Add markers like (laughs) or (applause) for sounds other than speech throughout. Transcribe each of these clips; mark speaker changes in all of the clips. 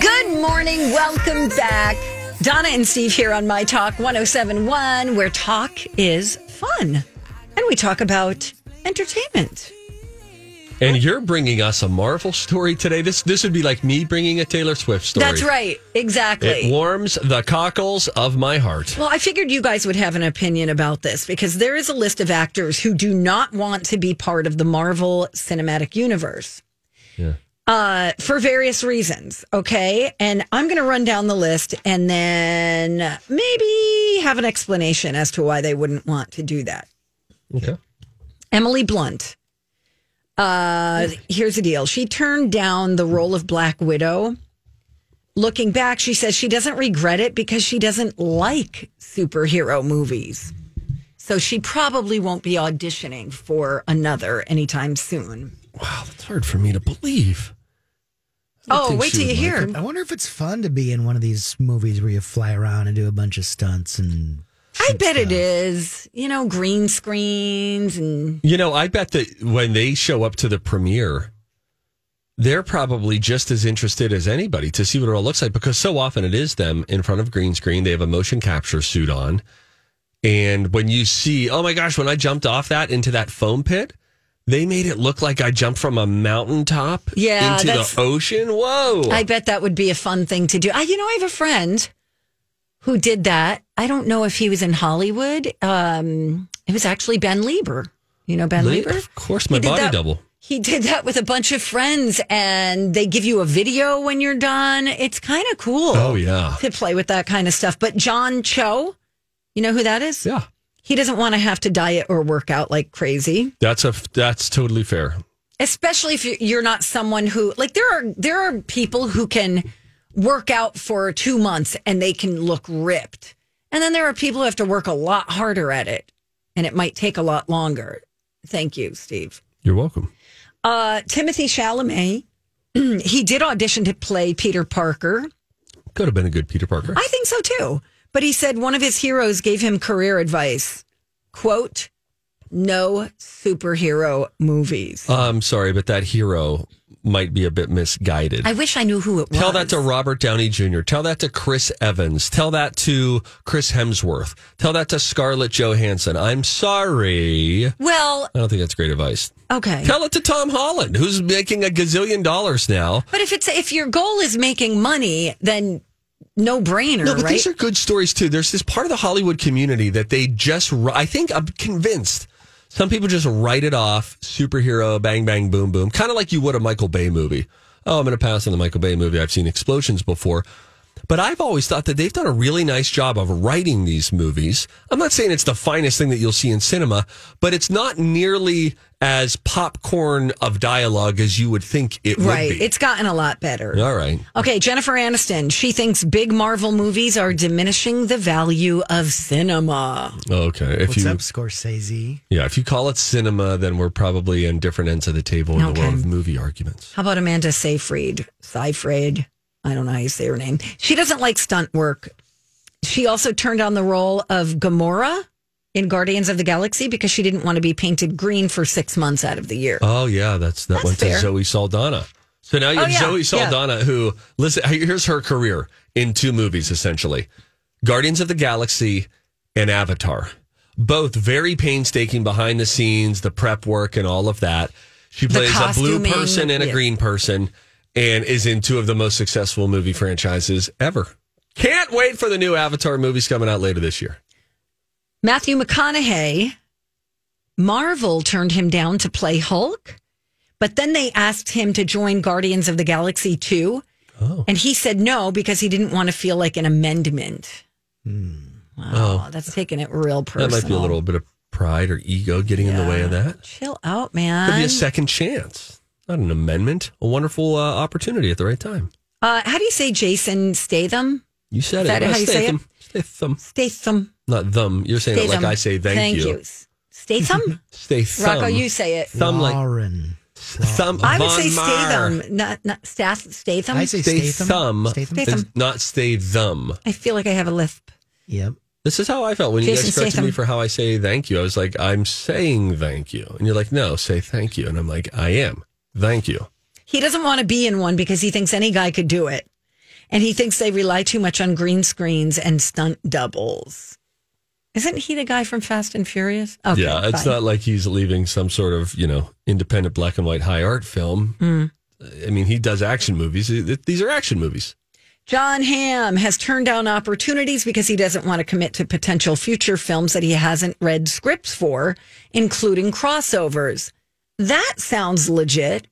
Speaker 1: Good morning. Welcome back. Donna and Steve here on My Talk 1071, where talk is fun. And we talk about entertainment.
Speaker 2: And you're bringing us a Marvel story today. This this would be like me bringing a Taylor Swift story.
Speaker 1: That's right. Exactly.
Speaker 2: It warms the cockles of my heart.
Speaker 1: Well, I figured you guys would have an opinion about this because there is a list of actors who do not want to be part of the Marvel Cinematic Universe.
Speaker 2: Yeah.
Speaker 1: Uh, for various reasons, okay? And I'm going to run down the list and then maybe have an explanation as to why they wouldn't want to do that.
Speaker 2: Okay.
Speaker 1: Emily Blunt. Uh, here's the deal. She turned down the role of Black Widow. Looking back, she says she doesn't regret it because she doesn't like superhero movies. So she probably won't be auditioning for another anytime soon.
Speaker 2: Wow, that's hard for me to believe. I don't
Speaker 1: Oh,
Speaker 2: think
Speaker 1: wait
Speaker 2: she
Speaker 1: till
Speaker 2: would
Speaker 1: you
Speaker 2: like
Speaker 1: hear.
Speaker 2: it.
Speaker 3: I wonder if it's fun to be in one of these movies where you fly around and do a bunch of stunts and.
Speaker 1: I bet it
Speaker 3: stuff.
Speaker 1: is. You know, green screens and
Speaker 2: You know, I bet that when they show up to the premiere, they're probably just as interested as anybody to see what it all looks like because so often it is them in front of green screen. They have a motion capture suit on. And when you see, oh my gosh, when I jumped off that into that foam pit, they made it look like I jumped from a mountaintop
Speaker 1: Yeah,
Speaker 2: into the
Speaker 1: that's-
Speaker 2: ocean. Whoa.
Speaker 1: I bet that would be a fun thing to do. I, you know, I have a friend who did that. I don't know if he was in Hollywood. Um, it was actually Ben Lieber. You know Ben
Speaker 2: Le-
Speaker 1: Lieber?
Speaker 2: of course, my
Speaker 1: He did
Speaker 2: body
Speaker 1: that-
Speaker 2: double.
Speaker 1: He did that with a bunch of friends, and they give you a video when you're done. It's kind of cool.
Speaker 2: Oh, yeah.
Speaker 1: to play with that kind of stuff. But John Cho, you know who that is?
Speaker 2: Yeah.
Speaker 1: He doesn't want to have to diet or work out like crazy,
Speaker 2: That's a that's totally fair.
Speaker 1: especially if you- you're not someone who like there are there are people who can work out for 2 months and they can look ripped. And then there are people who have to work a lot harder at it and it might take a lot longer. Thank you, Steve.
Speaker 2: You're welcome.
Speaker 1: Uh Timothy Chalamet, (clears throat) he did audition to play Peter Parker.
Speaker 2: Could have been a good Peter Parker.
Speaker 1: I think so too. But he said one of his heroes gave him career advice. Quote, no superhero movies.
Speaker 2: I'm sorry, but that hero might be a bit misguided.
Speaker 1: I wish I knew who it was.
Speaker 2: Oh. Tell that to Robert Downey Jr. Tell that to Chris Evans. Tell that to Chris Hemsworth. Tell that to Scarlett Johansson. I'm sorry. I
Speaker 1: Well,
Speaker 2: don't think that's great advice.
Speaker 1: okay.
Speaker 2: Tell it to Tom Holland, who's making a gazillion dollars now.
Speaker 1: but if it's if your goal is making money, then no brainer,
Speaker 2: No, but
Speaker 1: right?
Speaker 2: these are good stories too. There's this part of the Hollywood community that they just, ri- I think, I'm convinced some people just write it off superhero, bang, bang, boom, boom, kind of like you would a Michael Bay movie. Oh, I'm going to pass on the Michael Bay movie. I've seen explosions before. But I've always thought that they've done a really nice job of writing these movies. I'm not saying it's the finest thing that you'll see in cinema, but it's not nearly as popcorn of dialogue as you would think it
Speaker 1: right.
Speaker 2: would be.
Speaker 1: It's gotten a lot better.
Speaker 2: All right.
Speaker 1: Okay, Jennifer Aniston, she thinks big Marvel movies are diminishing the value of cinema.
Speaker 2: Okay. If
Speaker 3: What's
Speaker 2: you
Speaker 3: up, Scorsese?
Speaker 2: Yeah, if you call it cinema, then we're probably in different ends of the table in the
Speaker 1: Okay.
Speaker 2: world of movie arguments.
Speaker 1: How about Amanda Seyfried? Seyfried. I don't know how you say her name. She doesn't like stunt work. She also turned on the role of Gamora in Guardians of the Galaxy because she didn't want to be painted green for six months out of the year.
Speaker 2: Oh yeah, that's that
Speaker 1: That's
Speaker 2: went
Speaker 1: fair.
Speaker 2: to Zoe Saldana. So now you
Speaker 1: Oh,
Speaker 2: have
Speaker 1: yeah,
Speaker 2: Zoe
Speaker 1: yeah.
Speaker 2: Saldana, who listen, here's her career in two movies essentially: Guardians of the Galaxy and Avatar. Both very painstaking behind the scenes, the prep work and all of that. She plays a blue
Speaker 1: costuming,
Speaker 2: person and a
Speaker 1: yeah.
Speaker 2: green person. and is in two of the most successful movie franchises ever. Can't wait for the new Avatar movies coming out later this year.
Speaker 1: Matthew McConaughey, Marvel turned him down to play Hulk, but then they asked him to join Guardians of the Galaxy 2. And he said no because he didn't want to feel like an amendment. Wow, that's taking it real personal.
Speaker 2: Oh, That might be a little bit of pride or ego getting in the way of that.
Speaker 1: Chill out,
Speaker 2: Could be a
Speaker 1: man.
Speaker 2: second chance, not an amendment. A wonderful uh, opportunity at the right time.
Speaker 1: Uh, how do you say Jason Statham?
Speaker 2: You said
Speaker 1: Is that
Speaker 2: it. Uh,
Speaker 1: how you say it?
Speaker 2: Stay thumb.
Speaker 1: Statham.
Speaker 2: Not them. You're saying it
Speaker 1: Statham.
Speaker 2: like I say thank, you. (laughs)
Speaker 1: Statham?
Speaker 2: Stay thumb.
Speaker 1: Rocco, you say it.
Speaker 2: thumb like
Speaker 3: Lauren.
Speaker 2: thumb.
Speaker 1: I would
Speaker 2: Von
Speaker 1: say
Speaker 2: Maur.
Speaker 1: Statham, not, not Stath, Statham.
Speaker 3: I say
Speaker 2: Stay
Speaker 3: Statham.
Speaker 2: thumb.
Speaker 3: Statham.
Speaker 1: Statham.
Speaker 2: It's Not stay them.
Speaker 1: I feel like I have a lisp.
Speaker 3: Yep.
Speaker 2: This is how I felt when you
Speaker 1: Jason
Speaker 2: guys corrected me
Speaker 1: Statham.
Speaker 2: for how I say thank you. I was like, I'm saying thank you. And you're like, no, say thank you. And I'm like, I am. Thank you.
Speaker 1: He doesn't want to be in one because he thinks any guy could do it. And he thinks they rely too much on green screens and stunt doubles. Isn't he the guy from Fast and Furious? Okay,
Speaker 2: yeah, it's
Speaker 1: fine.
Speaker 2: not like he's leaving some sort of, you know, independent black and white high art film.
Speaker 1: Hmm.
Speaker 2: I mean, he does action movies. Th- These are action movies.
Speaker 1: John Hamm has turned down opportunities because he doesn't want to commit to potential future films that he hasn't read scripts for, including crossovers. That sounds legit.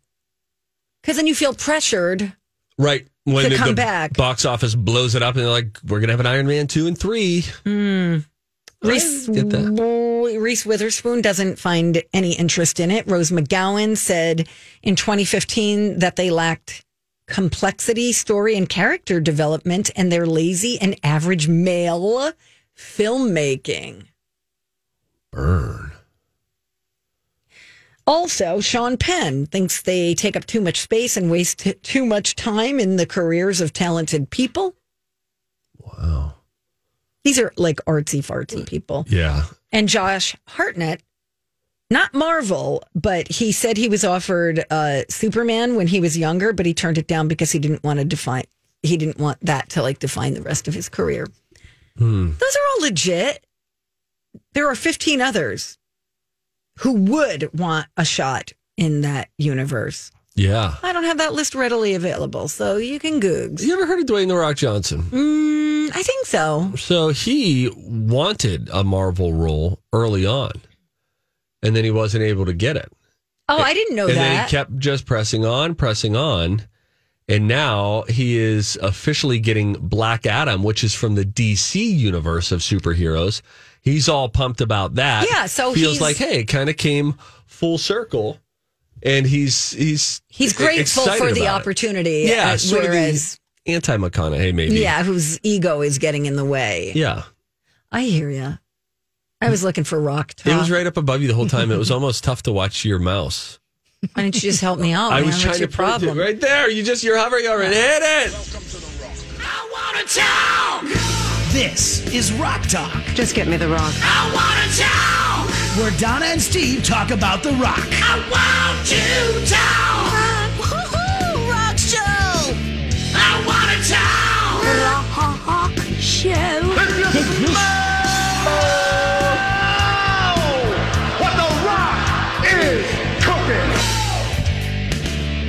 Speaker 1: Because then you feel pressured.
Speaker 2: Right. When
Speaker 1: To come back.
Speaker 2: box office blows it up and they're like, we're going to have an Iron Man 2 and 3.
Speaker 1: Reese,
Speaker 2: get that.
Speaker 1: Wo- Reese Witherspoon doesn't find any interest in it. Rose McGowan said in 2015 that they lacked complexity, story, and character development, and they're lazy and average male filmmaking.
Speaker 2: Burn.
Speaker 1: Also, Sean Penn thinks they take up too much space and waste t- too much time in the careers of talented people.
Speaker 2: Wow.
Speaker 1: These are like artsy fartsy people.
Speaker 2: Yeah.
Speaker 1: and Josh Hartnett, not Marvel, but he said he was offered uh, Superman when he was younger, but he turned it down because he didn't want to define. He didn't want that to like define the rest of his career.
Speaker 2: Hmm.
Speaker 1: Those are all legit. There are 15 others who would want a shot in that universe.
Speaker 2: Yeah.
Speaker 1: I don't have that list readily available, so you can Googs.
Speaker 2: You ever heard of Dwayne The Rock Johnson?
Speaker 1: Mm, I think so.
Speaker 2: So he wanted a Marvel role early on, and then he wasn't able to get it.
Speaker 1: Oh, I didn't know
Speaker 2: and then
Speaker 1: that.
Speaker 2: he kept just pressing on, pressing on. And now he is officially getting Black Adam, which is from the DC universe of superheroes. He's all pumped about that.
Speaker 1: Yeah, so
Speaker 2: feels
Speaker 1: he's-
Speaker 2: like hey, it kind of came full circle, and he's he's
Speaker 1: He's grateful for
Speaker 2: e-, excited
Speaker 1: the
Speaker 2: about it.
Speaker 1: opportunity.
Speaker 2: Yeah,
Speaker 1: uh,
Speaker 2: sort of the-
Speaker 1: whereas
Speaker 2: Anti McConaughey, maybe.
Speaker 1: Yeah, whose ego is getting in the way.
Speaker 2: yeah.
Speaker 1: I hear ya. I was looking for rock talk.
Speaker 2: It was right up above you the whole time. It was almost tough to watch your mouse.
Speaker 1: Why didn't you just help me out?
Speaker 2: (laughs) I
Speaker 1: Oh, man?
Speaker 2: was
Speaker 1: What's
Speaker 2: trying
Speaker 1: your
Speaker 2: to prove
Speaker 1: problem.
Speaker 2: it right there. You just you're hovering over it. Hit it.
Speaker 4: This is Rock Talk,
Speaker 5: Just get me the rock.
Speaker 4: where Donna and Steve talk about The Rock. I want to talk. Woohoo, rock Show. I want to talk.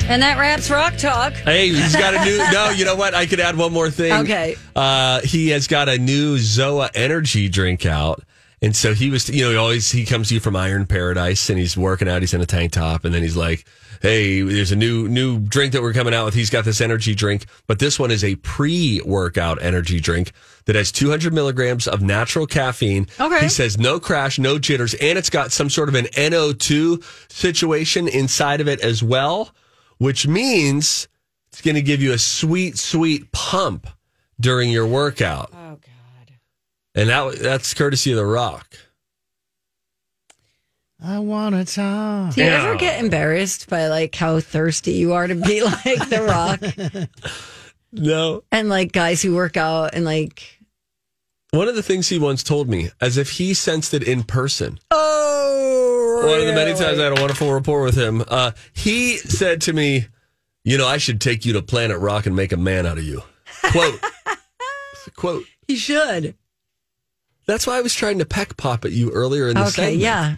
Speaker 1: And that wraps rock talk.
Speaker 2: Hey, he's got a new. No, you know what? I could add one more thing.
Speaker 1: Okay.
Speaker 2: Uh, he has got a new Zoa energy drink out, and so he was. You know, he always he comes to you from Iron Paradise, and he's working out. He's in a tank top, and then he's like, "Hey, there's a new new drink that we're coming out with. He's got this energy drink, but this one is a pre workout energy drink that has 200 milligrams of natural caffeine.
Speaker 1: Okay.
Speaker 2: He says no crash, no jitters, and it's got some sort of an NO2 situation inside of it as well, which means it's going to give you a sweet, sweet pump during your workout. Oh God! And that that's courtesy of The Rock.
Speaker 3: I wanna talk.
Speaker 1: Do you ever get embarrassed by like how thirsty you are to be (laughs) like the rock
Speaker 2: No,
Speaker 1: and like guys who work out and like
Speaker 2: one of the things he once told me, as if he sensed it in person.
Speaker 1: oh
Speaker 2: One of the many
Speaker 1: really?
Speaker 2: times I had a wonderful rapport with him. Uh, he said to me, "You know, I should take you to Planet Rock and make a man out of you." Quote. (laughs) It's a quote.
Speaker 1: he should.
Speaker 2: That's why I was trying to peck pop at you earlier in the
Speaker 1: Okay,
Speaker 2: segment.
Speaker 1: yeah.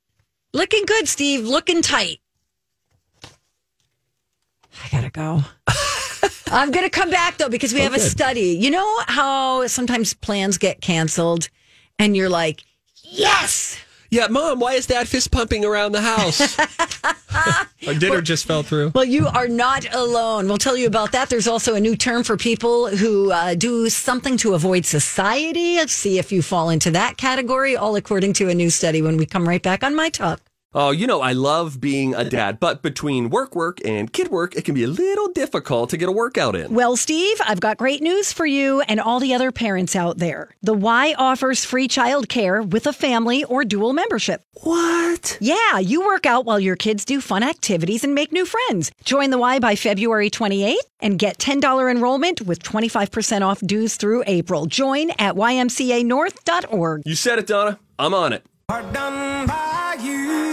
Speaker 2: (laughs)
Speaker 1: Looking good, Steve. Looking tight. I gotta go. I'm going to come back though because we have a
Speaker 2: good.
Speaker 1: study. You know how sometimes plans get canceled and you're like, yes,
Speaker 2: Yeah, mom, why is dad fist pumping around
Speaker 1: (laughs)
Speaker 2: the house? Our dinner just fell through.
Speaker 1: well, you are not alone. We'll tell you about that. There's also a new term for people who uh, do something to avoid society. Let's see if you fall into that category, all according to a new study when we come right back on My Talk.
Speaker 5: Oh, you know, I love being
Speaker 2: (laughs)
Speaker 5: a dad, but between work work and kid work, it can be a little difficult to get a workout in.
Speaker 1: Well, Steve, I've got great news for you and all the other parents out there. The Y offers free childcare with a family or dual membership.
Speaker 5: What?
Speaker 1: Yeah, you work out while your kids do fun activities and make new friends. Join the Y by February 28th and get $10 enrollment with 25% off dues through April. Join at ymcanorth.org.
Speaker 5: You said it, Donna. I'm on it.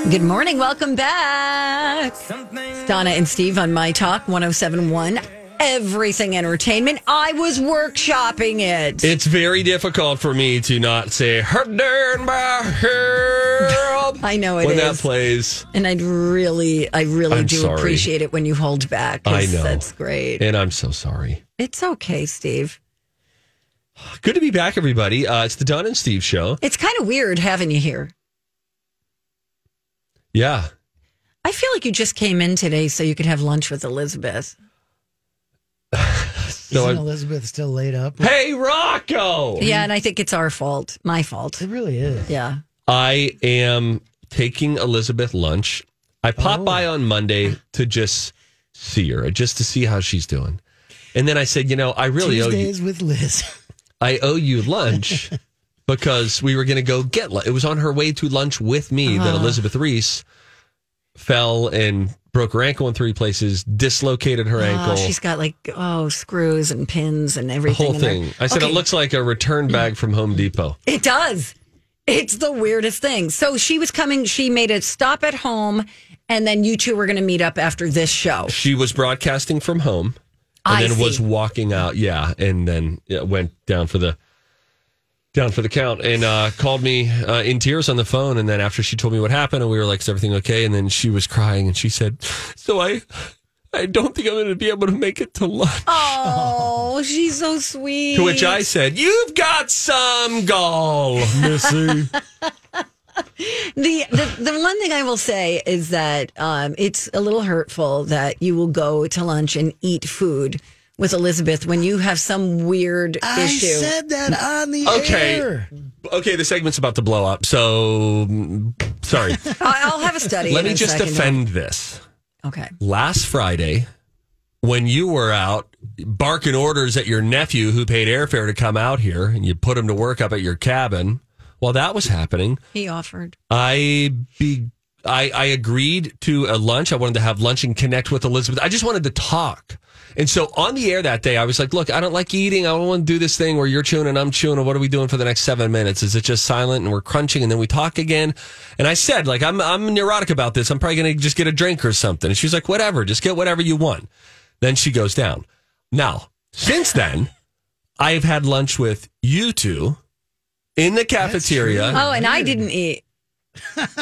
Speaker 1: Good morning. Welcome back. It's Donna and Steve on My Talk 1071. Everything entertainment. I was workshopping it.
Speaker 2: It's very difficult for me to not say "Hurt down by herb
Speaker 1: (laughs) I know it is.
Speaker 2: when that plays,
Speaker 1: And I'd really, I really
Speaker 2: I'm
Speaker 1: do
Speaker 2: sorry.
Speaker 1: appreciate it when you hold back. 'cause
Speaker 2: I know.
Speaker 1: That's great.
Speaker 2: and I'm so sorry.
Speaker 1: It's okay, Steve.
Speaker 2: Good to be back, everybody. Uh, it's the Don and Steve show.
Speaker 1: It's kind of weird having you here.
Speaker 2: Yeah,
Speaker 1: I feel like you just came in today so you could have lunch with Elizabeth.
Speaker 2: so
Speaker 3: Isn't
Speaker 2: I'm,
Speaker 3: Elizabeth still laid up?
Speaker 2: hey Rocco,
Speaker 1: Yeah, and I think it's our fault, my fault.
Speaker 3: It really is.
Speaker 1: Yeah.
Speaker 2: I am taking Elizabeth lunch. I pop
Speaker 1: Oh.
Speaker 2: by on Monday to just see her, just to see how she's doing. And then I said, you know, I really owe you.
Speaker 3: Tuesdays with Liz.
Speaker 2: I owe you
Speaker 1: (laughs)
Speaker 2: lunch because we were going to go get lunch. It was on her way to lunch with me
Speaker 1: Uh-huh.
Speaker 2: that Elizabeth Reese fell and broke her ankle in three places, dislocated her
Speaker 1: Oh,
Speaker 2: ankle.
Speaker 1: she's got like, oh, screws and pins and
Speaker 2: the
Speaker 1: everything.
Speaker 2: whole
Speaker 1: in there.
Speaker 2: thing. I said
Speaker 1: Okay.
Speaker 2: it looks like a return bag from Home Depot.
Speaker 1: It does. It's the weirdest thing. So she was coming, she made a stop at home, and then you two were going to meet up after this show.
Speaker 2: She was broadcasting from home and
Speaker 1: I
Speaker 2: then was
Speaker 1: see.
Speaker 2: walking out. Yeah, and then yeah, went down for the down for the count and uh, called me uh, in tears on the phone. And then after she told me what happened, and we were like, "Is everything okay?" And then she was crying and she said, "So I, I don't think I'm going to be able to make it to lunch."
Speaker 1: Oh, she's so sweet.
Speaker 2: To which I said, "You've got some gall,
Speaker 1: (laughs)
Speaker 2: Missy."
Speaker 1: The, the the one thing I will say is that um, it's a little hurtful that you will go to lunch and eat food with Elizabeth when you have some weird
Speaker 3: I
Speaker 1: issue.
Speaker 3: said that on the
Speaker 2: Okay.
Speaker 3: air. (laughs)
Speaker 2: okay, the segment's about to blow up, so mm, sorry.
Speaker 1: (laughs) I- I'll have a study.
Speaker 2: Let
Speaker 1: in
Speaker 2: me
Speaker 1: a
Speaker 2: just
Speaker 1: second.
Speaker 2: defend this.
Speaker 1: Okay.
Speaker 2: last Friday when you were out barking orders at your nephew who paid airfare to come out here and you put him to work up at your cabin. While that was happening,
Speaker 1: He offered.
Speaker 2: I be I, I agreed to a lunch. I wanted to have lunch and connect with Elizabeth. I just wanted to talk. And so on the air that day, I was like, look, I don't like eating. I don't want to do this thing where you're chewing and I'm chewing. And what are we doing for the next seven minutes? Is it just silent and we're crunching and then we talk again? And I said, like, I'm, I'm neurotic about this. I'm probably going to just get a drink or something. And she's like, whatever, just get whatever you want. Then she goes down. Now, since then, I've had lunch with you two in the cafeteria.
Speaker 1: Oh, and I didn't eat.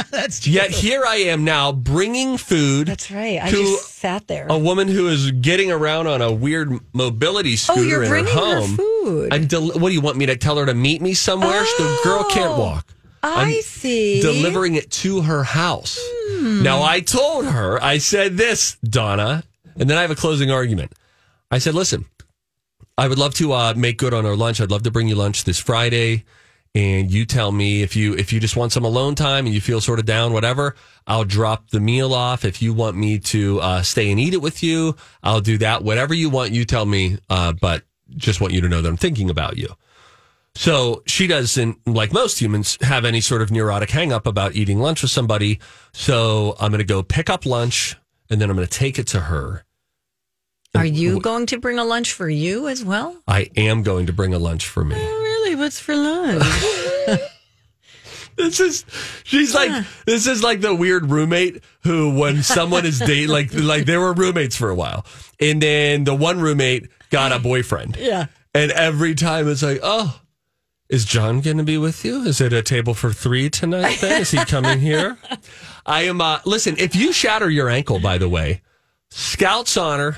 Speaker 3: That's true.
Speaker 2: Yet here I am now bringing food
Speaker 1: That's right. I
Speaker 2: To
Speaker 1: just sat there.
Speaker 2: a woman who is getting around on a weird mobility scooter
Speaker 1: oh, you're
Speaker 2: in her
Speaker 1: bringing her,
Speaker 2: home.
Speaker 1: food.
Speaker 2: I'm del- what do you want me to tell her to meet me somewhere? the girl can't
Speaker 1: Oh.
Speaker 2: walk.
Speaker 1: I
Speaker 2: I'm
Speaker 1: see.
Speaker 2: Delivering it to her house. Now I told her, I said this, Donna, and then I have a closing argument. I said, listen, I would love to uh, make good on our lunch. I'd love to bring you lunch this Friday, and you tell me if you if you just want some alone time and you feel sort of down, whatever. I'll drop the meal off. If you want me to uh, stay and eat it with you, I'll do that. Whatever you want, you tell me. Uh, but just want you to know that I'm thinking about you. So she doesn't, like most humans, have any sort of neurotic hangup about eating lunch with somebody. So I'm going to go pick up lunch, and then I'm going to take it to her.
Speaker 1: Are you going to bring a lunch for you as well?
Speaker 2: I am going to bring a lunch for me.
Speaker 1: Oh, Really? What's for
Speaker 2: (laughs)
Speaker 1: lunch?
Speaker 2: This is she's like this is like the weird roommate who when someone is dating like like they were roommates for a while. And then the one roommate got a boyfriend.
Speaker 1: Yeah.
Speaker 2: And every time it's like, "Oh, is John going to be with you? Is it a table for 3 tonight then? Is he coming here?" I am uh, listen, if you shatter your ankle by the way, Scouts honor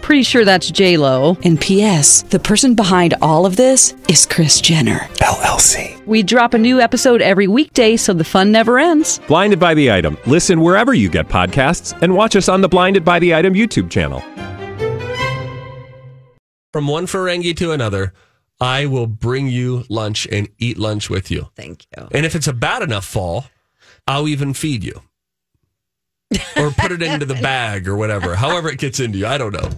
Speaker 6: Pretty sure that's J Lo. And P.S. The person behind all of this is Chris Jenner LLC. We drop a new episode every weekday, so the fun never ends.
Speaker 7: Blinded by the item. Listen wherever you get podcasts, and watch us on the Blinded by the Item YouTube channel.
Speaker 2: From one Ferengi to another, I will bring you lunch and eat lunch with you.
Speaker 1: Thank you.
Speaker 2: And if it's a bad enough fall, I'll even feed you. or put it into the bag or whatever. However it gets into you, I don't know.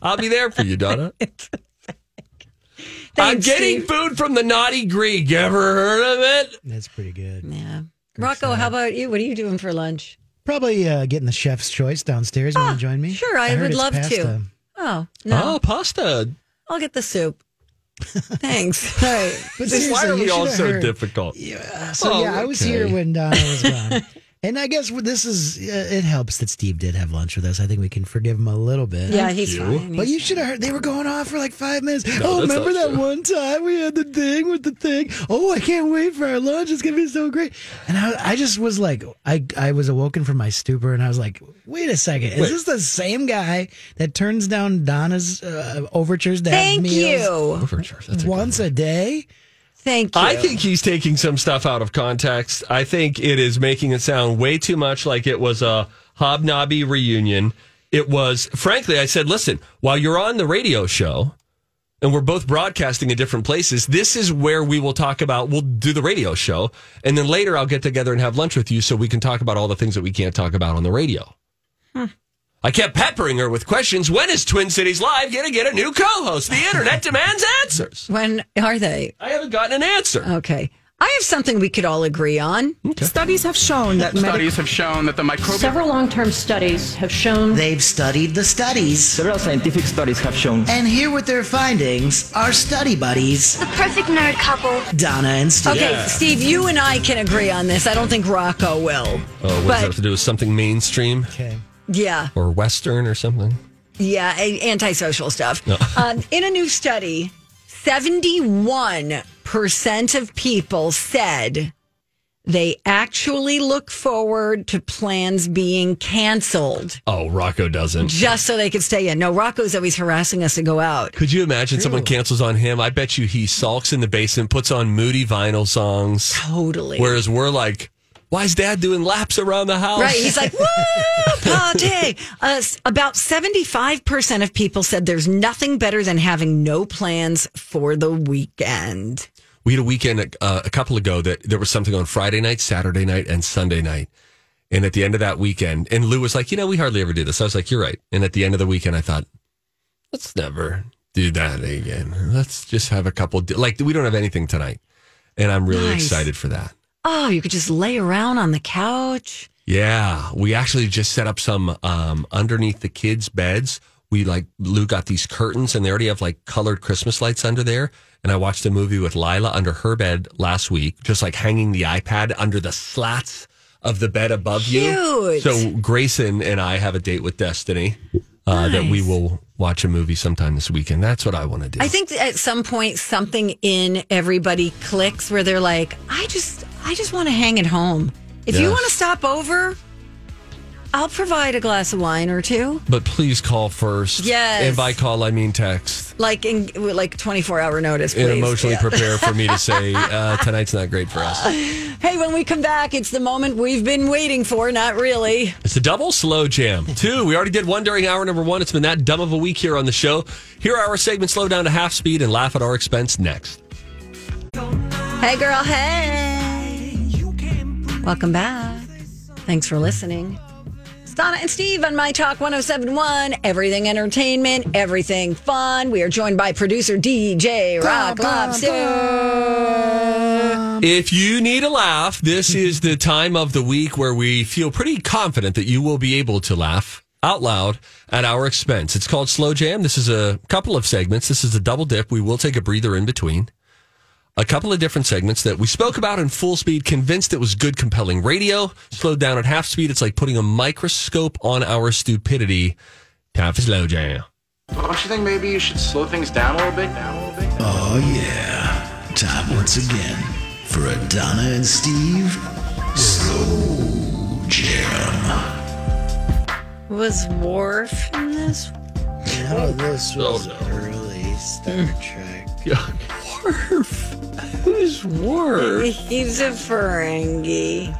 Speaker 2: I'll be there for you, Donna. I'm
Speaker 1: Thanks,
Speaker 2: getting
Speaker 1: Steve.
Speaker 2: food from the Naughty Greek. You ever heard of it?
Speaker 3: That's pretty good.
Speaker 1: Yeah. Rocco, how about you? What are you doing for lunch?
Speaker 3: Probably uh, getting the chef's choice downstairs. Want to join me?
Speaker 1: Ah, Sure, I,
Speaker 3: heard
Speaker 1: would
Speaker 3: it's
Speaker 1: love to.
Speaker 3: pasta.
Speaker 1: Oh, no.
Speaker 2: Oh, pasta.
Speaker 1: I'll get the soup. Thanks. (laughs) All right.
Speaker 3: But
Speaker 2: Why are
Speaker 3: seriously, you
Speaker 2: we all
Speaker 3: should've
Speaker 2: so
Speaker 3: heard.
Speaker 2: difficult?
Speaker 3: Yeah. So
Speaker 2: Oh,
Speaker 3: yeah, I was
Speaker 2: okay.
Speaker 3: here when Donna was gone. And I guess what this is uh, it helps that Steve did have lunch with us. I think we can forgive him a little bit.
Speaker 1: Yeah, he's
Speaker 2: you.
Speaker 1: fine.
Speaker 3: But
Speaker 1: He's-
Speaker 3: you should have heard they were going on for like five minutes. oh,
Speaker 2: that's
Speaker 3: remember
Speaker 2: not
Speaker 3: that
Speaker 2: true.
Speaker 3: one time we had the thing with the thing? Oh, I can't wait for our lunch. It's gonna be so great. And I, I just was like, I, I was awoken from my stupor, and I was like, wait a second, is this the same guy that turns down Donna's uh, overtures to have
Speaker 1: Thank
Speaker 3: meals
Speaker 1: you.
Speaker 2: Overture. That's a good
Speaker 3: once a day?
Speaker 1: Thank you.
Speaker 2: I think he's taking some stuff out of context. I think it is making it sound way too much like it was a hobnobby reunion. It was, frankly, I said, listen, while you're on the radio show and we're both broadcasting in different places, this is where we will talk about, we'll do the radio show. And then later I'll get together and have lunch with you so we can talk about all the things that we can't talk about on the radio. I kept peppering her with questions. When is Twin Cities Live going to get a new co host? The internet demands answers.
Speaker 1: When are they?
Speaker 2: I haven't gotten an answer.
Speaker 1: Okay. I have something we could all agree on.
Speaker 8: Studies have shown that
Speaker 9: Studies have shown that the microbial
Speaker 8: several long-term studies have shown
Speaker 4: They've studied the studies.
Speaker 9: several scientific studies have shown
Speaker 4: And here with their findings are study buddies,
Speaker 8: the perfect nerd couple.
Speaker 4: Donna and Steve.
Speaker 1: Okay, Steve, you and I can agree on this. I don't think Rocco will.
Speaker 2: Oh, what does that
Speaker 1: but
Speaker 2: have to do with something mainstream
Speaker 3: Okay.
Speaker 1: yeah,
Speaker 2: or Western or something?
Speaker 1: yeah, a- antisocial stuff. (laughs) um, in a new study, 71% of people said they actually look forward to plans being canceled
Speaker 2: Oh, Rocco doesn't.
Speaker 1: just so they could stay in. No, Rocco's always harassing us to go out.
Speaker 2: Could you imagine someone cancels on him? I bet you he sulks in the basement, puts on moody vinyl songs.
Speaker 1: Totally.
Speaker 2: Whereas we're like, why is dad doing laps around the house?
Speaker 1: Right. He's like, woo, party. Uh, s- about 75% of people said there's nothing better than having no plans for the weekend.
Speaker 2: we had a weekend uh, a couple ago that there was something on Friday night, Saturday night, and Sunday night. And at the end of that weekend, and Lou was like, you know, we hardly ever do this. I was like, you're right. And at the end of the weekend, I thought, let's never do that again. Let's just have a couple, di- like, we don't have anything tonight. And I'm really
Speaker 1: Nice.
Speaker 2: excited for that.
Speaker 1: Oh, you could just lay around on the couch.
Speaker 2: Yeah, we actually just set up some um, underneath the kids' beds. We like Lou got these curtains, and they already have like colored Christmas lights under there. And I watched a movie with Lila under her bed last week, just like hanging the iPad under the slats of the bed above you.
Speaker 1: Cute.
Speaker 2: So Grayson and I have a date with Destiny uh, that we will watch a movie sometime this weekend. That's what I want to do.
Speaker 1: I think at some point something in everybody clicks where they're like, I just, I just want to hang at home. If you
Speaker 2: Yes.
Speaker 1: want to stop over, I'll provide a glass of wine or two,
Speaker 2: but please call first.
Speaker 1: Yes.
Speaker 2: And by call, I mean text.
Speaker 1: like in like twenty four hour notice. Please.
Speaker 2: And emotionally
Speaker 1: Yeah.
Speaker 2: prepare for
Speaker 1: (laughs)
Speaker 2: me to say uh, tonight's not great for us.
Speaker 1: Hey, when we come back, it's the moment we've been waiting for. Not really.
Speaker 2: It's a double slow jam. Two, we already did one during hour number one. It's been that dumb of a week here on the show. Here are our segments slow down to half speed and laugh at our expense next.
Speaker 1: Hey, girl. Hey. Welcome back. Thanks for listening. It's Donna and Steve on My Talk 1071. Everything entertainment, everything fun. We are joined by producer DJ Rock Lobster.
Speaker 10: If you need a laugh, this is the time of the week where we feel pretty confident that you will be able to laugh out loud at our expense. It's called Slow Jam. This is a couple of segments. This is a double dip. We will take a breather in between. A couple of different segments that we spoke about in full speed, convinced it was good, compelling radio. Slowed down at half speed. It's like putting a microscope on our stupidity. Time for Slow Jam.
Speaker 7: Don't you think maybe you should slow things down a little bit now?
Speaker 2: Oh, yeah. Time once again for a Donna and Steve slow jam.
Speaker 1: Was Worf in this?
Speaker 3: No, this was early Star Trek.
Speaker 10: Who's Worf?
Speaker 1: He's a Ferengi.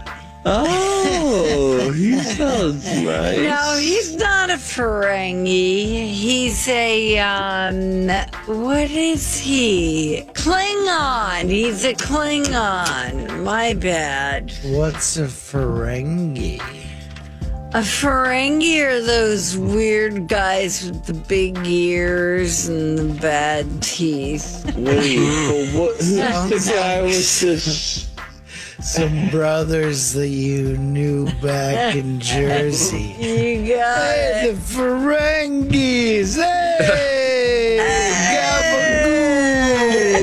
Speaker 2: Oh, he sounds nice.
Speaker 1: No, he's not a Ferengi. He's a um what is he? Klingon. He's a Klingon. My bad.
Speaker 3: What's a Ferengi?
Speaker 1: A Ferengi are those weird guys with the big ears and the bad teeth.
Speaker 2: Wait, but what? (laughs) Who's the guy with the
Speaker 3: Some (laughs) brothers that you knew back in Jersey.
Speaker 1: (laughs) You got
Speaker 3: it. The Ferengis. Hey,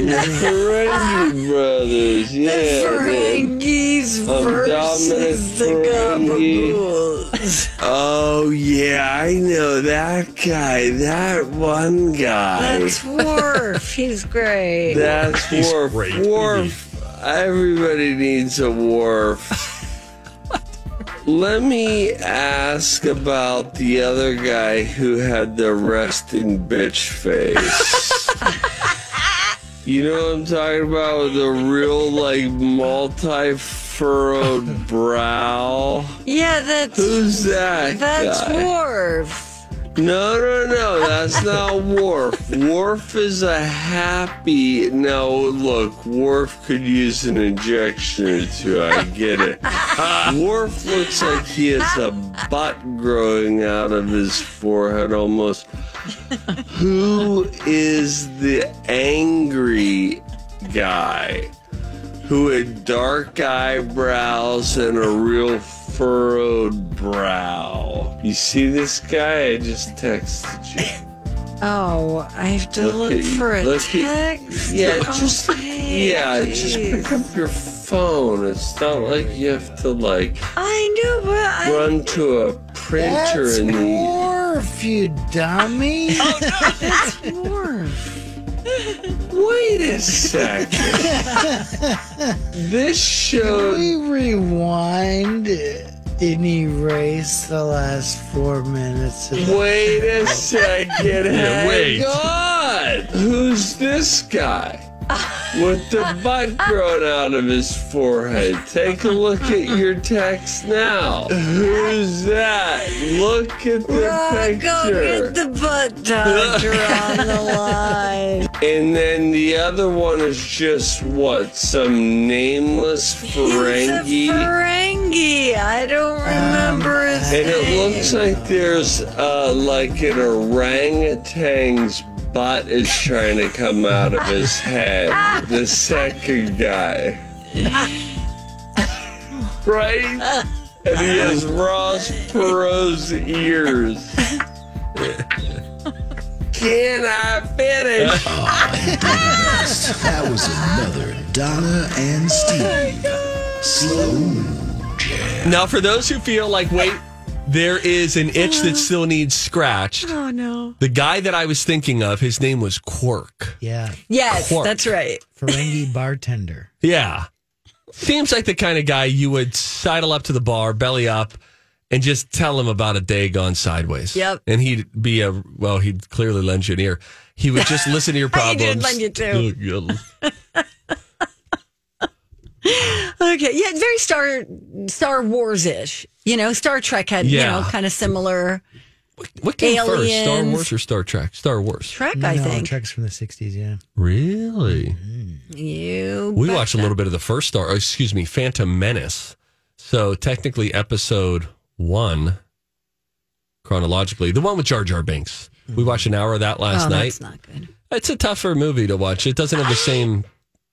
Speaker 2: the Ferengi brothers? Yeah,
Speaker 1: Ferengis
Speaker 2: the- of
Speaker 1: versus the
Speaker 2: Ferengi.
Speaker 1: Gabagools.
Speaker 2: Oh yeah, I know that guy. That one guy. (laughs)
Speaker 1: That's Worf. He's great.
Speaker 2: That's Worf. Worf. Everybody needs a Worf. Let me ask about the other guy who had the resting bitch face. you know what I'm talking about? With the real, like, multi furrowed brow.
Speaker 1: Yeah, that's
Speaker 2: Who's that?
Speaker 1: that's
Speaker 2: guy?
Speaker 1: Worf.
Speaker 2: No, no, no. That's not Worf. Worf is a happy. No, look, Worf could use an injection or two. I get it. Worf looks like he has a butt growing out of his forehead almost. Who is the angry guy who had dark eyebrows and a real furrowed brow? You see this guy? I just texted you.
Speaker 1: Oh, I have to look,
Speaker 2: Look at you.
Speaker 1: for a
Speaker 2: Look at-
Speaker 1: text.
Speaker 2: (laughs) Yeah,
Speaker 1: Oh,
Speaker 2: just
Speaker 1: hey,
Speaker 2: (laughs) yeah, just pick up your phone. It's not like you have to like
Speaker 1: I know, but I
Speaker 2: run to a printer
Speaker 3: That's
Speaker 2: and the
Speaker 3: Worf, you dummy.
Speaker 1: (laughs)
Speaker 3: oh, no,
Speaker 1: that's Worf.
Speaker 2: Wait a (laughs) second. this show.
Speaker 3: Can we rewind and erase the last four minutes? Of
Speaker 2: Wait a second.
Speaker 3: Yeah,
Speaker 2: Hang
Speaker 3: wait.
Speaker 2: on. Who's this guy? With the butt growing out of his forehead. Take a look at your text now. Who's that? Look at the
Speaker 1: Rock, go
Speaker 2: picture.
Speaker 1: get the
Speaker 2: (laughs)
Speaker 1: butt doctor on the line.
Speaker 2: and then the other one is just what? Some nameless
Speaker 1: He's a
Speaker 2: Ferengi? Um, uh,
Speaker 1: Ferengi. I don't remember his
Speaker 2: And it
Speaker 1: name.
Speaker 2: looks like there's uh, like an orangutan's butt is trying to come out of his head. The second guy. Right? And he has Ross Perot's ears. Can I finish?
Speaker 7: Oh, that was another Donna and
Speaker 2: Oh
Speaker 7: Steve. Slow.
Speaker 10: Now, for those who feel like, wait, there is an itch that still needs scratched,
Speaker 1: Oh no.
Speaker 10: the guy that I was thinking of, his name was Quirk.
Speaker 3: Yeah.
Speaker 1: Yes,
Speaker 10: Quark.
Speaker 1: that's right. (laughs)
Speaker 3: Ferengi bartender.
Speaker 10: Yeah. Seems like the kind of guy you would sidle up to the bar, belly up, and just tell him about a day gone sideways.
Speaker 1: Yep.
Speaker 10: And he'd be a, well, he'd clearly lend you an ear. He would
Speaker 1: (laughs)
Speaker 10: just listen to your
Speaker 1: He
Speaker 10: problems.
Speaker 1: did lend you two. Okay, yeah, it's very Star Star Wars ish. You know, Star Trek had
Speaker 10: Yeah.
Speaker 1: you know kind of similar.
Speaker 10: What came first, Star
Speaker 1: Aliens.
Speaker 10: Wars or Star Trek? Star Wars.
Speaker 1: Trek, I
Speaker 3: no,
Speaker 1: think.
Speaker 3: Trek's from the 60s, yeah.
Speaker 10: Really?
Speaker 1: You
Speaker 10: We
Speaker 1: bet.
Speaker 10: watched a little bit of the first
Speaker 2: oh,
Speaker 10: Star, or excuse me, Phantom Menace. So technically, episode one
Speaker 2: chronologically. The one with Jar Jar Binks. We watched an hour of that last
Speaker 1: Mm-hmm. oh,
Speaker 2: night.
Speaker 1: that's not good.
Speaker 2: It's a tougher movie to watch. It doesn't
Speaker 1: (gasps)
Speaker 2: have the same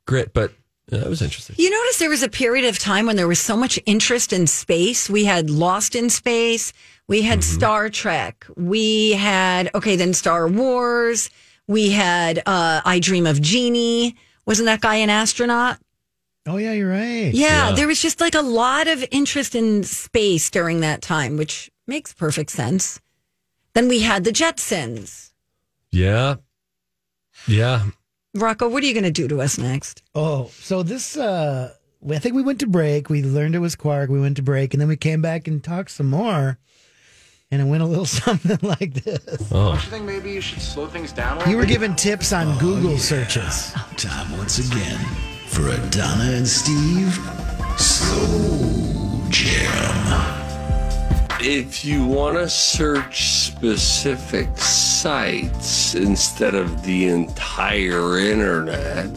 Speaker 2: grit, but uh, it was interesting.
Speaker 1: You notice there was a period of time when there was so much interest in space. We had Lost in Space, we had
Speaker 2: Mm-hmm.
Speaker 1: Star Trek, we had okay, then Star Wars, we had uh, I Dream of Genie. Wasn't that guy an astronaut?
Speaker 3: Oh yeah, you're right.
Speaker 1: Yeah, there was just like a lot of interest in space during that time, which makes perfect sense. Then we had the Jetsons.
Speaker 2: Yeah. Yeah.
Speaker 1: Rocco, what are you going to do to us next?
Speaker 3: Oh, so this uh I think we went to break. We learned it was Quark. We went to break and then we came back and talked some more. And it went a little (laughs) something like this.
Speaker 2: Oh.
Speaker 9: Don't you think maybe you should slow things down? a
Speaker 3: You were
Speaker 9: little bit?
Speaker 3: given tips on Google searches.
Speaker 11: Time once again for a Donna and Steve slow jam.
Speaker 5: If you want to search specific sites instead of the entire internet,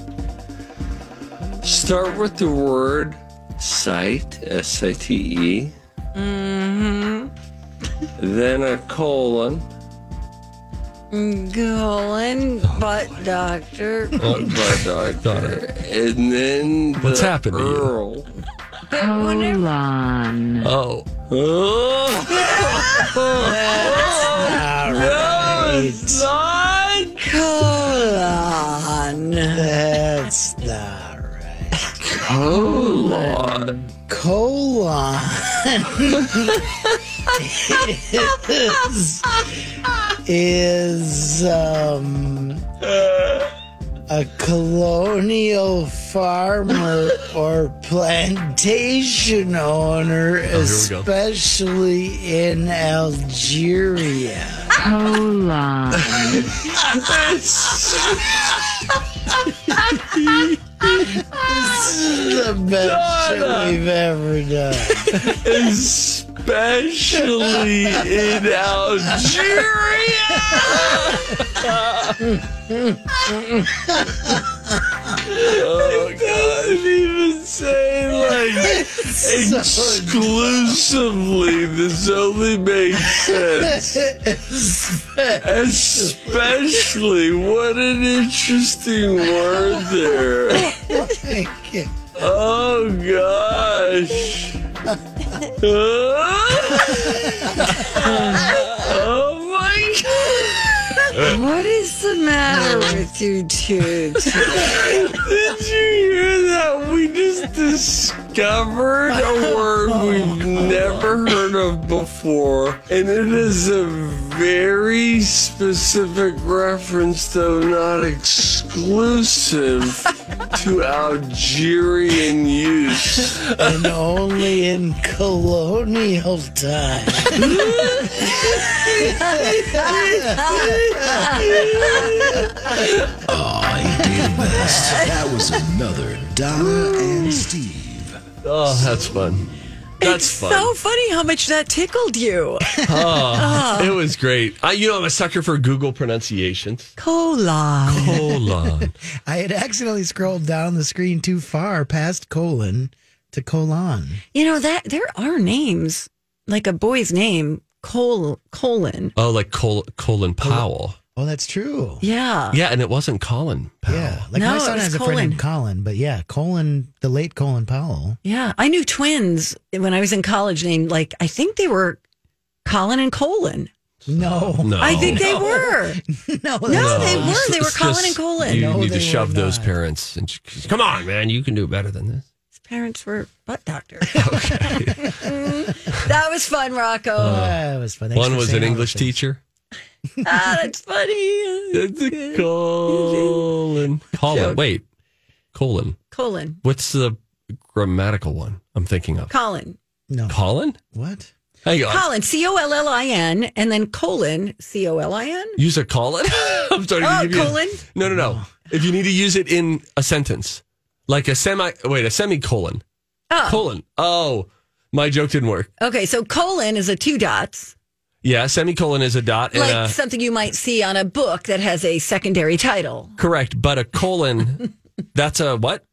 Speaker 5: start with the word site, S I T E,
Speaker 4: Mm-hmm.
Speaker 5: then a colon.
Speaker 1: Colon, butt doctor.
Speaker 5: Oh, my God, daughter. And then
Speaker 2: What's
Speaker 5: the
Speaker 2: happened to you?
Speaker 5: Earl.
Speaker 4: Hold
Speaker 5: on. Oh.
Speaker 4: That's
Speaker 5: No, it's not.
Speaker 1: Colon.
Speaker 3: That's not right.
Speaker 5: Colon.
Speaker 3: Colon. is, (laughs) is um, a colonial
Speaker 4: (laughs)
Speaker 3: farmer or plantation owner,
Speaker 4: Oh, here we go.
Speaker 3: especially in Algeria. Colon. this is the best
Speaker 4: Donna.
Speaker 3: shit we've ever
Speaker 4: (laughs)
Speaker 3: done.
Speaker 5: Especially in Algeria. oh, it doesn't even say like exclusively. This only makes sense. Especially, what an interesting word there. Oh gosh. oh my god.
Speaker 1: What is the
Speaker 2: (laughs)
Speaker 1: matter with you two?
Speaker 5: Did you hear that? We just discovered a word we've never heard of before, and it is a very specific reference, though not exclusive to Algerian use.
Speaker 3: and only in colonial
Speaker 11: (laughs)
Speaker 3: time.
Speaker 11: I did best. That was another Donna and Steve.
Speaker 2: Oh, that's fun. That's fun.
Speaker 1: So funny how much that tickled you.
Speaker 2: Oh,
Speaker 1: Oh.
Speaker 2: It was great. I, you know, I'm a sucker for Google pronunciations.
Speaker 1: Colon.
Speaker 2: Colon.
Speaker 3: I had accidentally scrolled down the screen too far past colon to colon.
Speaker 1: You know that there are names like a boy's name, Col colon.
Speaker 2: oh, like Col- Colin Powell.
Speaker 3: Oh, that's true.
Speaker 1: Yeah.
Speaker 2: Yeah, and it wasn't Colin.
Speaker 3: Yeah. Like
Speaker 1: No,
Speaker 3: my
Speaker 1: it
Speaker 3: son
Speaker 1: was
Speaker 3: has a friend named Colin, but yeah, Colin, the late Colin Powell.
Speaker 1: Yeah, I knew twins when I was in college. Named like I think they were Colin and Colin.
Speaker 3: No,
Speaker 2: No.
Speaker 1: I think they
Speaker 2: Oh, No. (laughs)
Speaker 1: were.
Speaker 3: (laughs) no,
Speaker 1: no, they were. They were
Speaker 2: It's
Speaker 1: Colin
Speaker 2: just-
Speaker 1: and Colin.
Speaker 2: You
Speaker 1: No,
Speaker 2: need
Speaker 1: they
Speaker 2: to shove those parents. And sh- come on, man, you can do better than this.
Speaker 1: His parents were butt
Speaker 2: (laughs)
Speaker 1: doctors. (laughs) that was fun, Rocco.
Speaker 3: Oh,
Speaker 2: Uh.
Speaker 3: that was fun. Thanks
Speaker 2: One
Speaker 3: for
Speaker 2: was
Speaker 3: saying
Speaker 2: an
Speaker 3: all
Speaker 2: English
Speaker 3: those things.
Speaker 2: teacher.
Speaker 1: ah, that's funny.
Speaker 2: It's a Colin. Colin. Wait, Colin.
Speaker 1: Colon.
Speaker 2: What's the grammatical one I'm thinking of?
Speaker 1: Colin.
Speaker 2: Colin.
Speaker 3: What?
Speaker 2: Hang on.
Speaker 1: Colin. C O L L I N, and then colon. C O L I N.
Speaker 2: Use a colon. (laughs) I'm sorry. to
Speaker 1: Oh,
Speaker 2: give you a-
Speaker 1: colon? Oh.
Speaker 2: no, no, no. If you need to use it in a sentence, like a semi. Wait, a semicolon.
Speaker 1: Oh.
Speaker 2: Colon. Oh, my joke didn't work.
Speaker 1: Okay, so colon is a two dots,
Speaker 2: Yeah, semicolon is a dot and
Speaker 1: like
Speaker 2: a
Speaker 1: something you might see on a book that has a secondary title.
Speaker 2: correct, but
Speaker 1: (laughs)
Speaker 2: a colon. that's a what?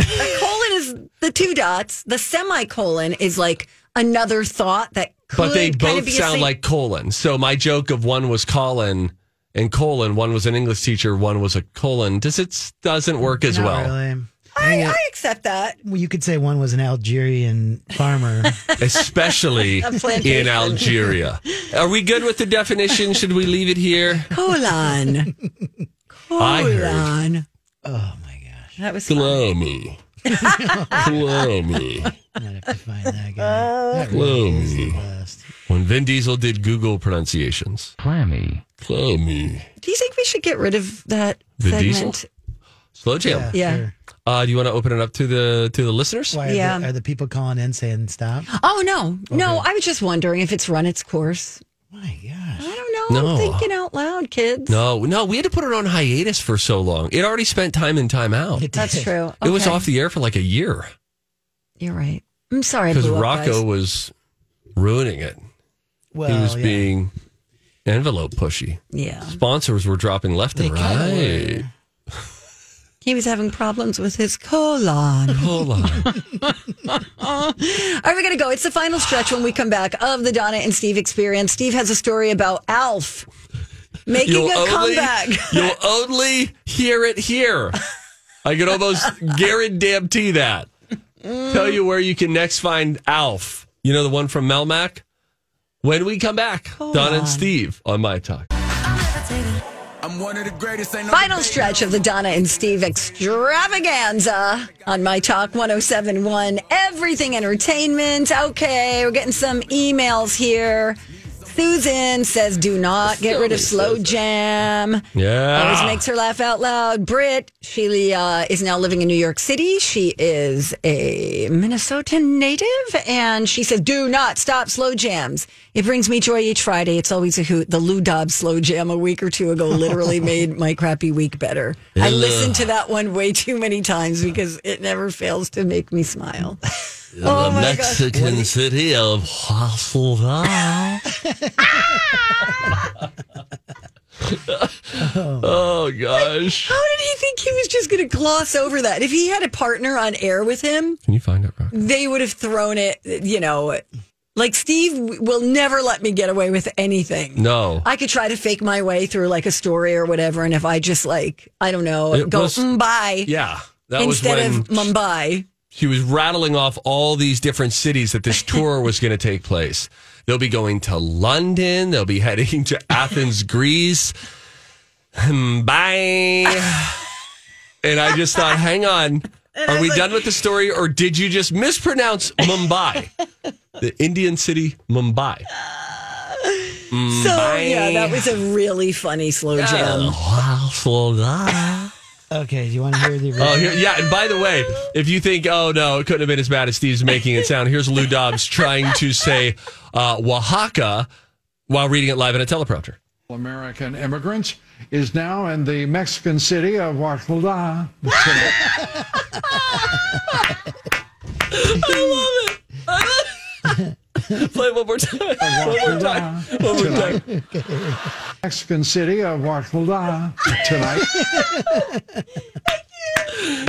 Speaker 1: A colon is the two dots. The semicolon is like another thought that
Speaker 2: but they
Speaker 1: could kinda
Speaker 2: both
Speaker 1: be a
Speaker 2: sound
Speaker 1: sing-
Speaker 2: like colon. So my joke of one was Colin and colon, one was an English teacher, one was a colon. Does it doesn't work as
Speaker 3: Not
Speaker 2: well?
Speaker 3: really. I, I
Speaker 1: accept that.
Speaker 3: Well, you could say one was an Algerian
Speaker 2: (laughs)
Speaker 3: farmer.
Speaker 1: (laughs)
Speaker 2: especially
Speaker 3: A
Speaker 2: in
Speaker 3: plantation.
Speaker 2: Algeria. Are we good with the definition? Should we leave it here? (laughs)
Speaker 1: Colon.
Speaker 2: I heard
Speaker 1: Colon.
Speaker 3: Oh my
Speaker 1: gosh. That was
Speaker 2: clammy, clammy,
Speaker 1: Uh,
Speaker 2: clammy. When Vin Diesel did Google pronunciations, clammy, clammy.
Speaker 1: Do you think we should get rid of that
Speaker 2: The
Speaker 1: segment?
Speaker 2: diesel? Slow jam.
Speaker 1: Yeah.
Speaker 2: Uh, do you want to open it up to the to the listeners?
Speaker 3: Why, are,
Speaker 1: Yeah.
Speaker 3: the, are the people calling in
Speaker 1: (gasps)
Speaker 3: saying stop?
Speaker 1: Oh no, no! I was just wondering if it's run its course. My gosh, I don't know.
Speaker 2: No.
Speaker 1: I'm thinking out loud, kids.
Speaker 2: No, no, we had to put it on hiatus for so long. It already spent time in, time out.
Speaker 1: That's
Speaker 2: (laughs)
Speaker 1: true.
Speaker 2: It was
Speaker 1: Okay.
Speaker 2: off the air for like a year
Speaker 1: You're right. I'm sorry. I
Speaker 2: because
Speaker 1: blew up,
Speaker 2: Rocco
Speaker 1: guys.
Speaker 2: was ruining it.
Speaker 3: Well,
Speaker 2: he was
Speaker 3: yeah.
Speaker 2: being envelope pushy.
Speaker 1: Yeah.
Speaker 2: Sponsors were dropping left and right.
Speaker 1: He was having problems with his colon.
Speaker 2: Colon.
Speaker 1: Are we going to go? It's the final stretch when we come back of the Donna and Steve experience. Steve has a story about Alf making
Speaker 2: You'll
Speaker 1: a
Speaker 2: only-
Speaker 1: comeback.
Speaker 2: (laughs) You'll only hear it here. I can almost guarantee that. Tell you where you can next find Alf. You know the one from Melmac? When we come back, Don and Steve on My Talk.
Speaker 11: I'm one of the greatest. Ain't
Speaker 1: Final stretch of the Donna and Steve extravaganza on My Talk 1071, everything entertainment. Okay, we're getting some emails here. Susan says, do not get rid of Slow Jam.
Speaker 2: Yeah.
Speaker 1: Always makes her laugh out loud. Britt, she uh, is now living in New York City. She is a Minnesotan native, and she says, "Do not stop slow jams. It brings me joy each Friday. It's always a hoot." The Lou Dobbs slow jam a week or two ago literally made my crappy week better. I
Speaker 4: Ugh.
Speaker 1: listened to that one way too many times because it never fails to make me smile. oh
Speaker 2: the Mexican city (laughs) of Hasselhoff. oh gosh.
Speaker 1: How did he think he was just going to gloss over that? If he had a partner on air with him,
Speaker 2: Can you
Speaker 1: (laughs)
Speaker 2: find it, Rock?
Speaker 1: they would have thrown it, you know, like Steve w- will never let me get away with anything.
Speaker 2: No.
Speaker 1: I could try to fake my way through like a story or whatever. And if I just like, I don't know,
Speaker 2: It
Speaker 1: go
Speaker 2: was-
Speaker 1: "Mm, bye
Speaker 2: Yeah. That
Speaker 1: instead
Speaker 2: was when
Speaker 1: of mm, Mumbai.
Speaker 2: she was rattling off all these different cities that this tour was going to take place. They'll be going to London. They'll be (laughs) heading to Athens, Greece. Hmm, Bye. and I just thought, hang on. Are we done with the story or did you just mispronounce Mumbai? the Indian city, Mumbai. Mm,
Speaker 1: So, yeah, that was a really funny slow
Speaker 2: Oh.
Speaker 1: jam.
Speaker 3: Okay, do you want to hear the original?
Speaker 2: Oh, here, yeah. And by the way, if you think, oh no, it couldn't have been as bad as Steve's making it sound, here's Lou Dobbs trying to say uh, Oaxaca while reading it live in a teleprompter.
Speaker 9: American immigrants is now in the Mexican city of Oaxaca.
Speaker 2: I love it. Play it one more time. One more time. One more time.
Speaker 9: Mexican city of Oaxaca tonight.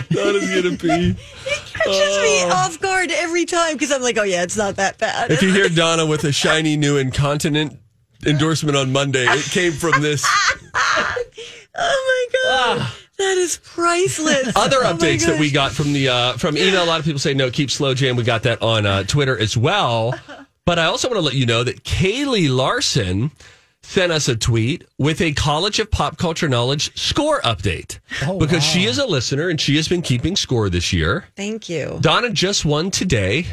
Speaker 2: That is gonna be.
Speaker 1: Catches me off guard every time because I'm like, oh yeah, it's not that bad.
Speaker 2: If you hear Donna with a shiny new incontinent endorsement on Monday, it came from this.
Speaker 1: oh my god,
Speaker 2: Ah.
Speaker 1: that is
Speaker 2: (laughs)
Speaker 1: priceless.
Speaker 2: Other
Speaker 1: Oh, my
Speaker 2: updates that
Speaker 1: gosh.
Speaker 2: we got from the uh, from email. A lot of people say no, keep slow jam. We got that on uh, Twitter
Speaker 1: (laughs)
Speaker 2: as well. But I also want to let you know that Kaylee Larson sent us a tweet with a College of Pop Culture Knowledge score update
Speaker 1: Oh,
Speaker 2: because she is a listener and she has been keeping score this year.
Speaker 1: Thank you.
Speaker 2: Donna just won today,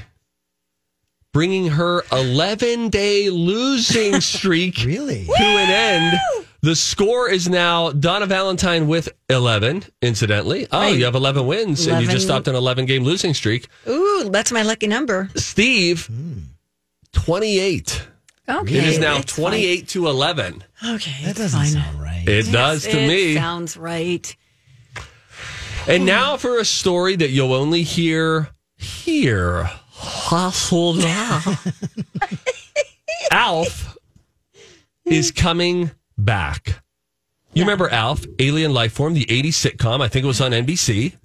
Speaker 2: bringing her 11
Speaker 1: (laughs)
Speaker 2: day losing streak
Speaker 3: really?
Speaker 2: to an end. The score is now Donna Valentine with 11, incidentally. Oh,
Speaker 1: Right.
Speaker 2: you have 11 wins and you
Speaker 1: 11.
Speaker 2: just stopped an 11 game losing streak.
Speaker 1: Ooh, that's my lucky number.
Speaker 2: Steve, 28.
Speaker 1: Okay.
Speaker 2: it is now
Speaker 1: that's
Speaker 2: 28 to 11.
Speaker 1: fine. Okay. That doesn't sound right.
Speaker 2: It does to me.
Speaker 1: sounds right.
Speaker 2: And now for a story that you'll only hear here. Hustle (laughs) Alf is coming back. You remember Alf, Alien Life Form, the 80s sitcom? I think it was on NBC.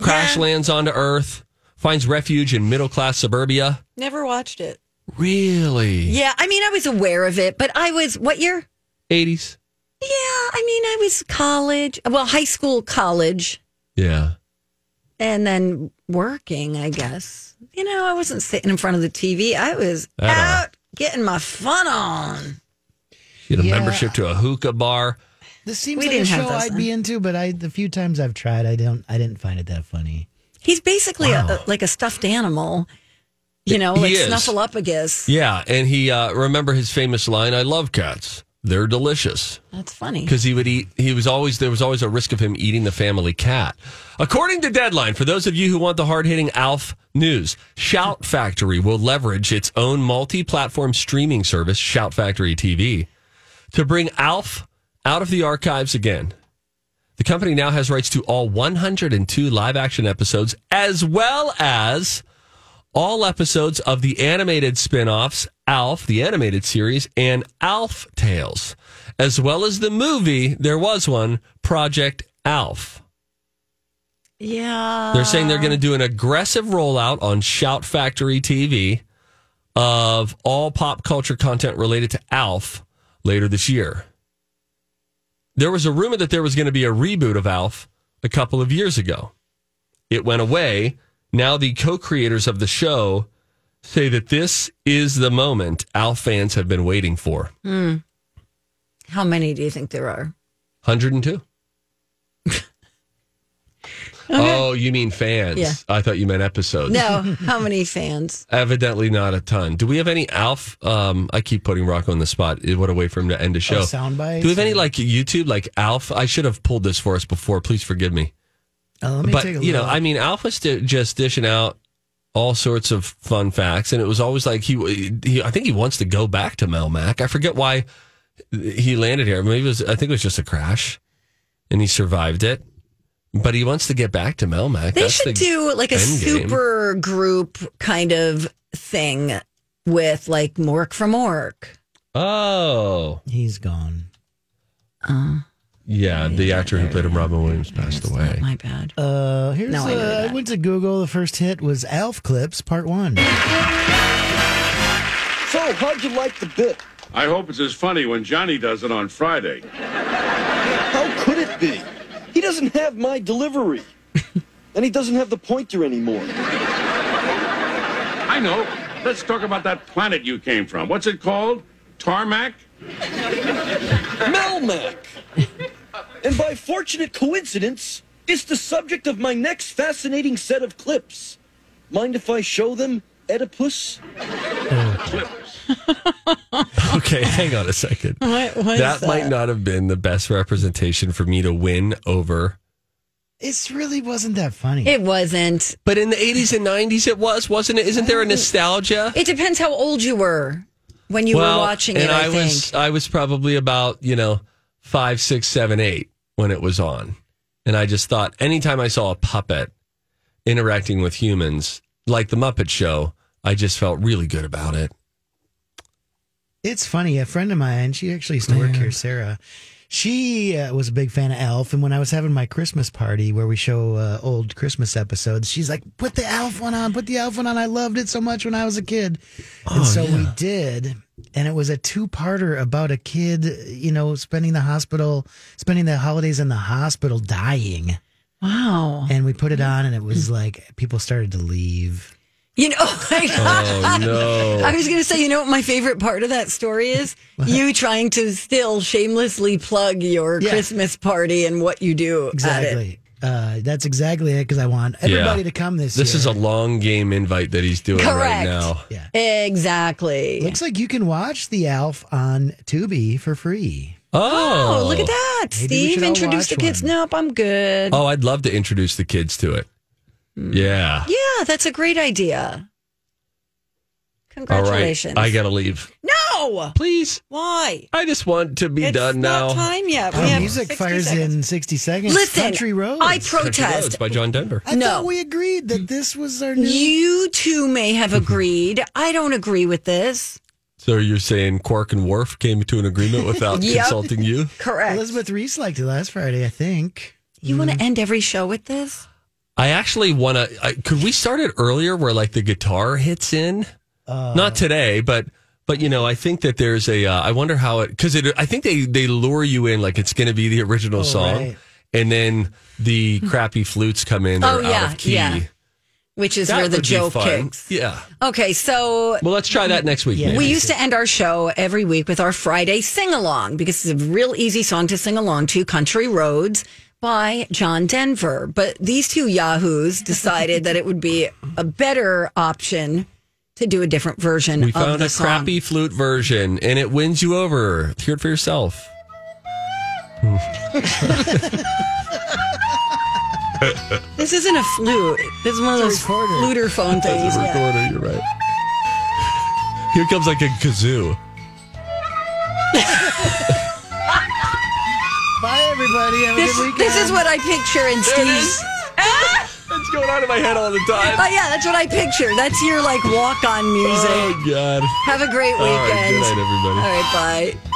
Speaker 2: Crash lands onto Earth, finds refuge in middle class suburbia.
Speaker 1: Never watched it.
Speaker 2: Really?
Speaker 1: Yeah, I mean, I was aware of it, but I was what year?
Speaker 2: 80s.
Speaker 1: Yeah, I mean, I was college, well, high school, college,
Speaker 2: Yeah.
Speaker 1: and then working, I guess. You know, I wasn't sitting in front of the TV. I was
Speaker 2: At all.
Speaker 1: out getting my fun on.
Speaker 2: Get a
Speaker 3: Yeah.
Speaker 2: membership to a hookah bar.
Speaker 3: This seems
Speaker 1: We
Speaker 3: like a
Speaker 1: didn't have
Speaker 3: show
Speaker 1: those
Speaker 3: I'd be into, but I the few times I've tried, I don't, I didn't find it that funny.
Speaker 1: He's basically a, like a stuffed animal, you know,
Speaker 2: He
Speaker 1: like
Speaker 2: is.
Speaker 1: Snuffleupagus.
Speaker 2: Yeah, and he uh, remember his famous line, "I love cats. They're delicious."
Speaker 1: That's funny.
Speaker 2: Because he would eat. He was always there was always a risk of him eating the family cat. According to Deadline, for those of you who want the hard hitting Alf news, Shout Factory will leverage its own multi platform streaming service, Shout Factory TV, to bring Alf out of the archives again. The company now has rights to all 102 live action episodes, as well as all episodes of the animated spin offs, ALF, the animated series, and ALF Tales, as well as the movie, there was one, Project ALF.
Speaker 1: Yeah.
Speaker 2: They're saying they're going to do an aggressive rollout on Shout Factory TV of all pop culture content related to ALF later this year. There was a rumor that there was going to be a reboot of ALF a couple of years ago. It went away. Now the co-creators of the show say that this is the moment ALF fans have been waiting for.
Speaker 1: Hmm. How many do you think there are?
Speaker 2: 102.
Speaker 1: (laughs)
Speaker 2: Oh, you mean fans.
Speaker 1: Yeah.
Speaker 2: I thought you meant episodes.
Speaker 1: No, how many fans?
Speaker 2: Evidently not a ton. Do we have any Alf? Um, I keep putting Rocco on the spot. Eh, What a way for him to end a show.
Speaker 3: Oh, sound bites
Speaker 2: Do we have any like YouTube like Alf? I should have pulled this for us before. Please forgive me.
Speaker 3: Uh, let me
Speaker 2: but
Speaker 3: take a look.
Speaker 2: you know, I mean, Alf was di- just dishing out all sorts of fun facts, and it was always like he, he I think he wants to go back to Melmac. I forget why he landed here. Maybe it was I think it was just a crash, and he survived it. But he wants to get back to Melmac.
Speaker 1: They
Speaker 2: That's
Speaker 1: should
Speaker 2: the
Speaker 1: do like a
Speaker 2: end game.
Speaker 1: super group kind of thing with like Mork from Ork.
Speaker 2: Oh,
Speaker 3: he's gone.
Speaker 2: Yeah, the actor who played him, Robin Williams, passed away. (laughs)
Speaker 1: My bad.
Speaker 3: Uh, here's
Speaker 1: No, I
Speaker 3: a-
Speaker 1: knew
Speaker 3: I, went to Google. The first hit was Alf Clips Part One.
Speaker 12: So, how'd you like the bit?
Speaker 13: I hope it's as funny when Johnny does it on Friday.
Speaker 12: How could it be? (laughs) He doesn't have my delivery. and he doesn't have the pointer anymore.
Speaker 13: I know. Let's talk about that planet you came from. What's it called? Tarmac?
Speaker 12: Melmac! and by fortunate coincidence, it's the subject of my next fascinating set of clips. Mind if I show them, Oedipus?
Speaker 2: okay, hang on a second.
Speaker 12: What was
Speaker 2: that might
Speaker 12: that?
Speaker 2: not have been the best representation for me to win over
Speaker 3: It really wasn't that funny.
Speaker 1: It wasn't.
Speaker 2: But in the 80s and 90s, it was, wasn't it? Isn't there a nostalgia?
Speaker 1: It depends how old you were when you were watching
Speaker 2: and
Speaker 1: it, I,
Speaker 2: I,
Speaker 1: think.
Speaker 2: was I was probably about you know five, six, seven, eight when it was on, and I just thought anytime I saw a puppet interacting with humans like the Muppet Show, I just felt really good
Speaker 1: (laughs)
Speaker 2: about it.
Speaker 3: It's funny. A friend of mine, she actually used to work here, Sarah. She uh, was a big fan of Alf, and when I was having my Christmas party where we show uh, old Christmas episodes, she's like, "Put the Alf one on. Put the Alf one on. I loved it so much when I was a kid."
Speaker 4: Oh,
Speaker 3: and so we
Speaker 4: yeah.
Speaker 3: did, and it was a two-parter about a kid, you know, spending the hospital, spending the holidays in the hospital, dying.
Speaker 1: Wow. Mm.
Speaker 3: And we put it on, and it was like people started to leave.
Speaker 1: You know, (laughs) oh my God.
Speaker 3: Oh, no.
Speaker 1: I was going to say, you know what my favorite part of that story is? you trying to still shamelessly plug your Christmas party and what you do at it.
Speaker 3: Exactly. Uh, that's exactly it because I want everybody
Speaker 2: Yeah.
Speaker 3: to come this, year.
Speaker 2: This is a long game invite that he's doing right
Speaker 3: Correct.
Speaker 2: now.
Speaker 1: Exactly.
Speaker 3: Looks like you can watch the Alf on Tubi for free.
Speaker 2: Oh,
Speaker 1: Oh, look at that.
Speaker 3: Maybe we
Speaker 1: Steve
Speaker 3: should all
Speaker 1: introduced the
Speaker 3: watch
Speaker 1: kids. Nope, I'm good.
Speaker 2: Oh, I'd love to introduce the kids to it. Yeah.
Speaker 1: Hmm. Yeah, that's a great idea.
Speaker 2: All right.
Speaker 1: Congratulations.
Speaker 2: I gotta leave.
Speaker 1: no!
Speaker 2: Please.
Speaker 1: Why?
Speaker 2: I just want to be
Speaker 1: It's
Speaker 2: done
Speaker 1: not
Speaker 2: now.
Speaker 1: time yet.
Speaker 3: Oh,
Speaker 1: We have
Speaker 3: music
Speaker 1: 60
Speaker 3: fires in 60 seconds.
Speaker 1: Listen,
Speaker 3: Country Roads.
Speaker 1: I protest.
Speaker 2: by John Denver.
Speaker 3: I
Speaker 1: No.
Speaker 3: thought we agreed that this was our new.
Speaker 1: You two may have agreed. I don't agree with this.
Speaker 2: So you're saying Quark and Worf came to an agreement
Speaker 1: (laughs)
Speaker 2: without
Speaker 1: Yep.
Speaker 2: consulting you?
Speaker 1: Correct.
Speaker 3: Elizabeth Hmm. Reese liked it last Friday, I think.
Speaker 1: You want to end every show with this?
Speaker 2: I actually want to. Could we start it earlier where like the guitar hits in?
Speaker 1: Uh.
Speaker 2: Not today, but but you know, I think that there's a. Uh, I wonder how it because it. I think they they lure you in like it's going to be the original
Speaker 1: Oh,
Speaker 2: song,
Speaker 1: right.
Speaker 2: and then
Speaker 1: (laughs)
Speaker 2: the crappy flutes come in. They're
Speaker 1: Oh, yeah,
Speaker 2: out of key.
Speaker 1: yeah. which is
Speaker 2: That
Speaker 1: where the
Speaker 2: would be
Speaker 1: joke
Speaker 2: fun.
Speaker 1: kicks.
Speaker 2: Yeah.
Speaker 1: Okay, so
Speaker 2: Well, let's try that next week. maybe.
Speaker 1: we used to end our show every week with our Friday sing along because it's a real easy song to sing along to Country Roads by John Denver. But these two yahoos
Speaker 2: (laughs)
Speaker 1: decided that it would be a better option to do a different version
Speaker 2: We
Speaker 1: of
Speaker 2: found
Speaker 1: the
Speaker 2: a
Speaker 1: song.
Speaker 2: crappy flute version, and it wins you over. Hear it for yourself.
Speaker 1: This isn't a flute. This is one of those fluter phone things.
Speaker 2: It's a
Speaker 1: yeah.
Speaker 2: recorder. You're right. Here comes like a kazoo.
Speaker 3: Bye, everybody. Have
Speaker 1: This,
Speaker 3: a good weekend.
Speaker 1: this is what I picture in
Speaker 3: There it
Speaker 1: Steve's.
Speaker 3: is.
Speaker 2: That's going on in my head all the time.
Speaker 1: Oh yeah, that's what I picture. That's your like walk on music.
Speaker 2: Oh God.
Speaker 1: Have a great
Speaker 2: All right,
Speaker 1: weekend.
Speaker 2: good night, everybody.
Speaker 1: All right, bye.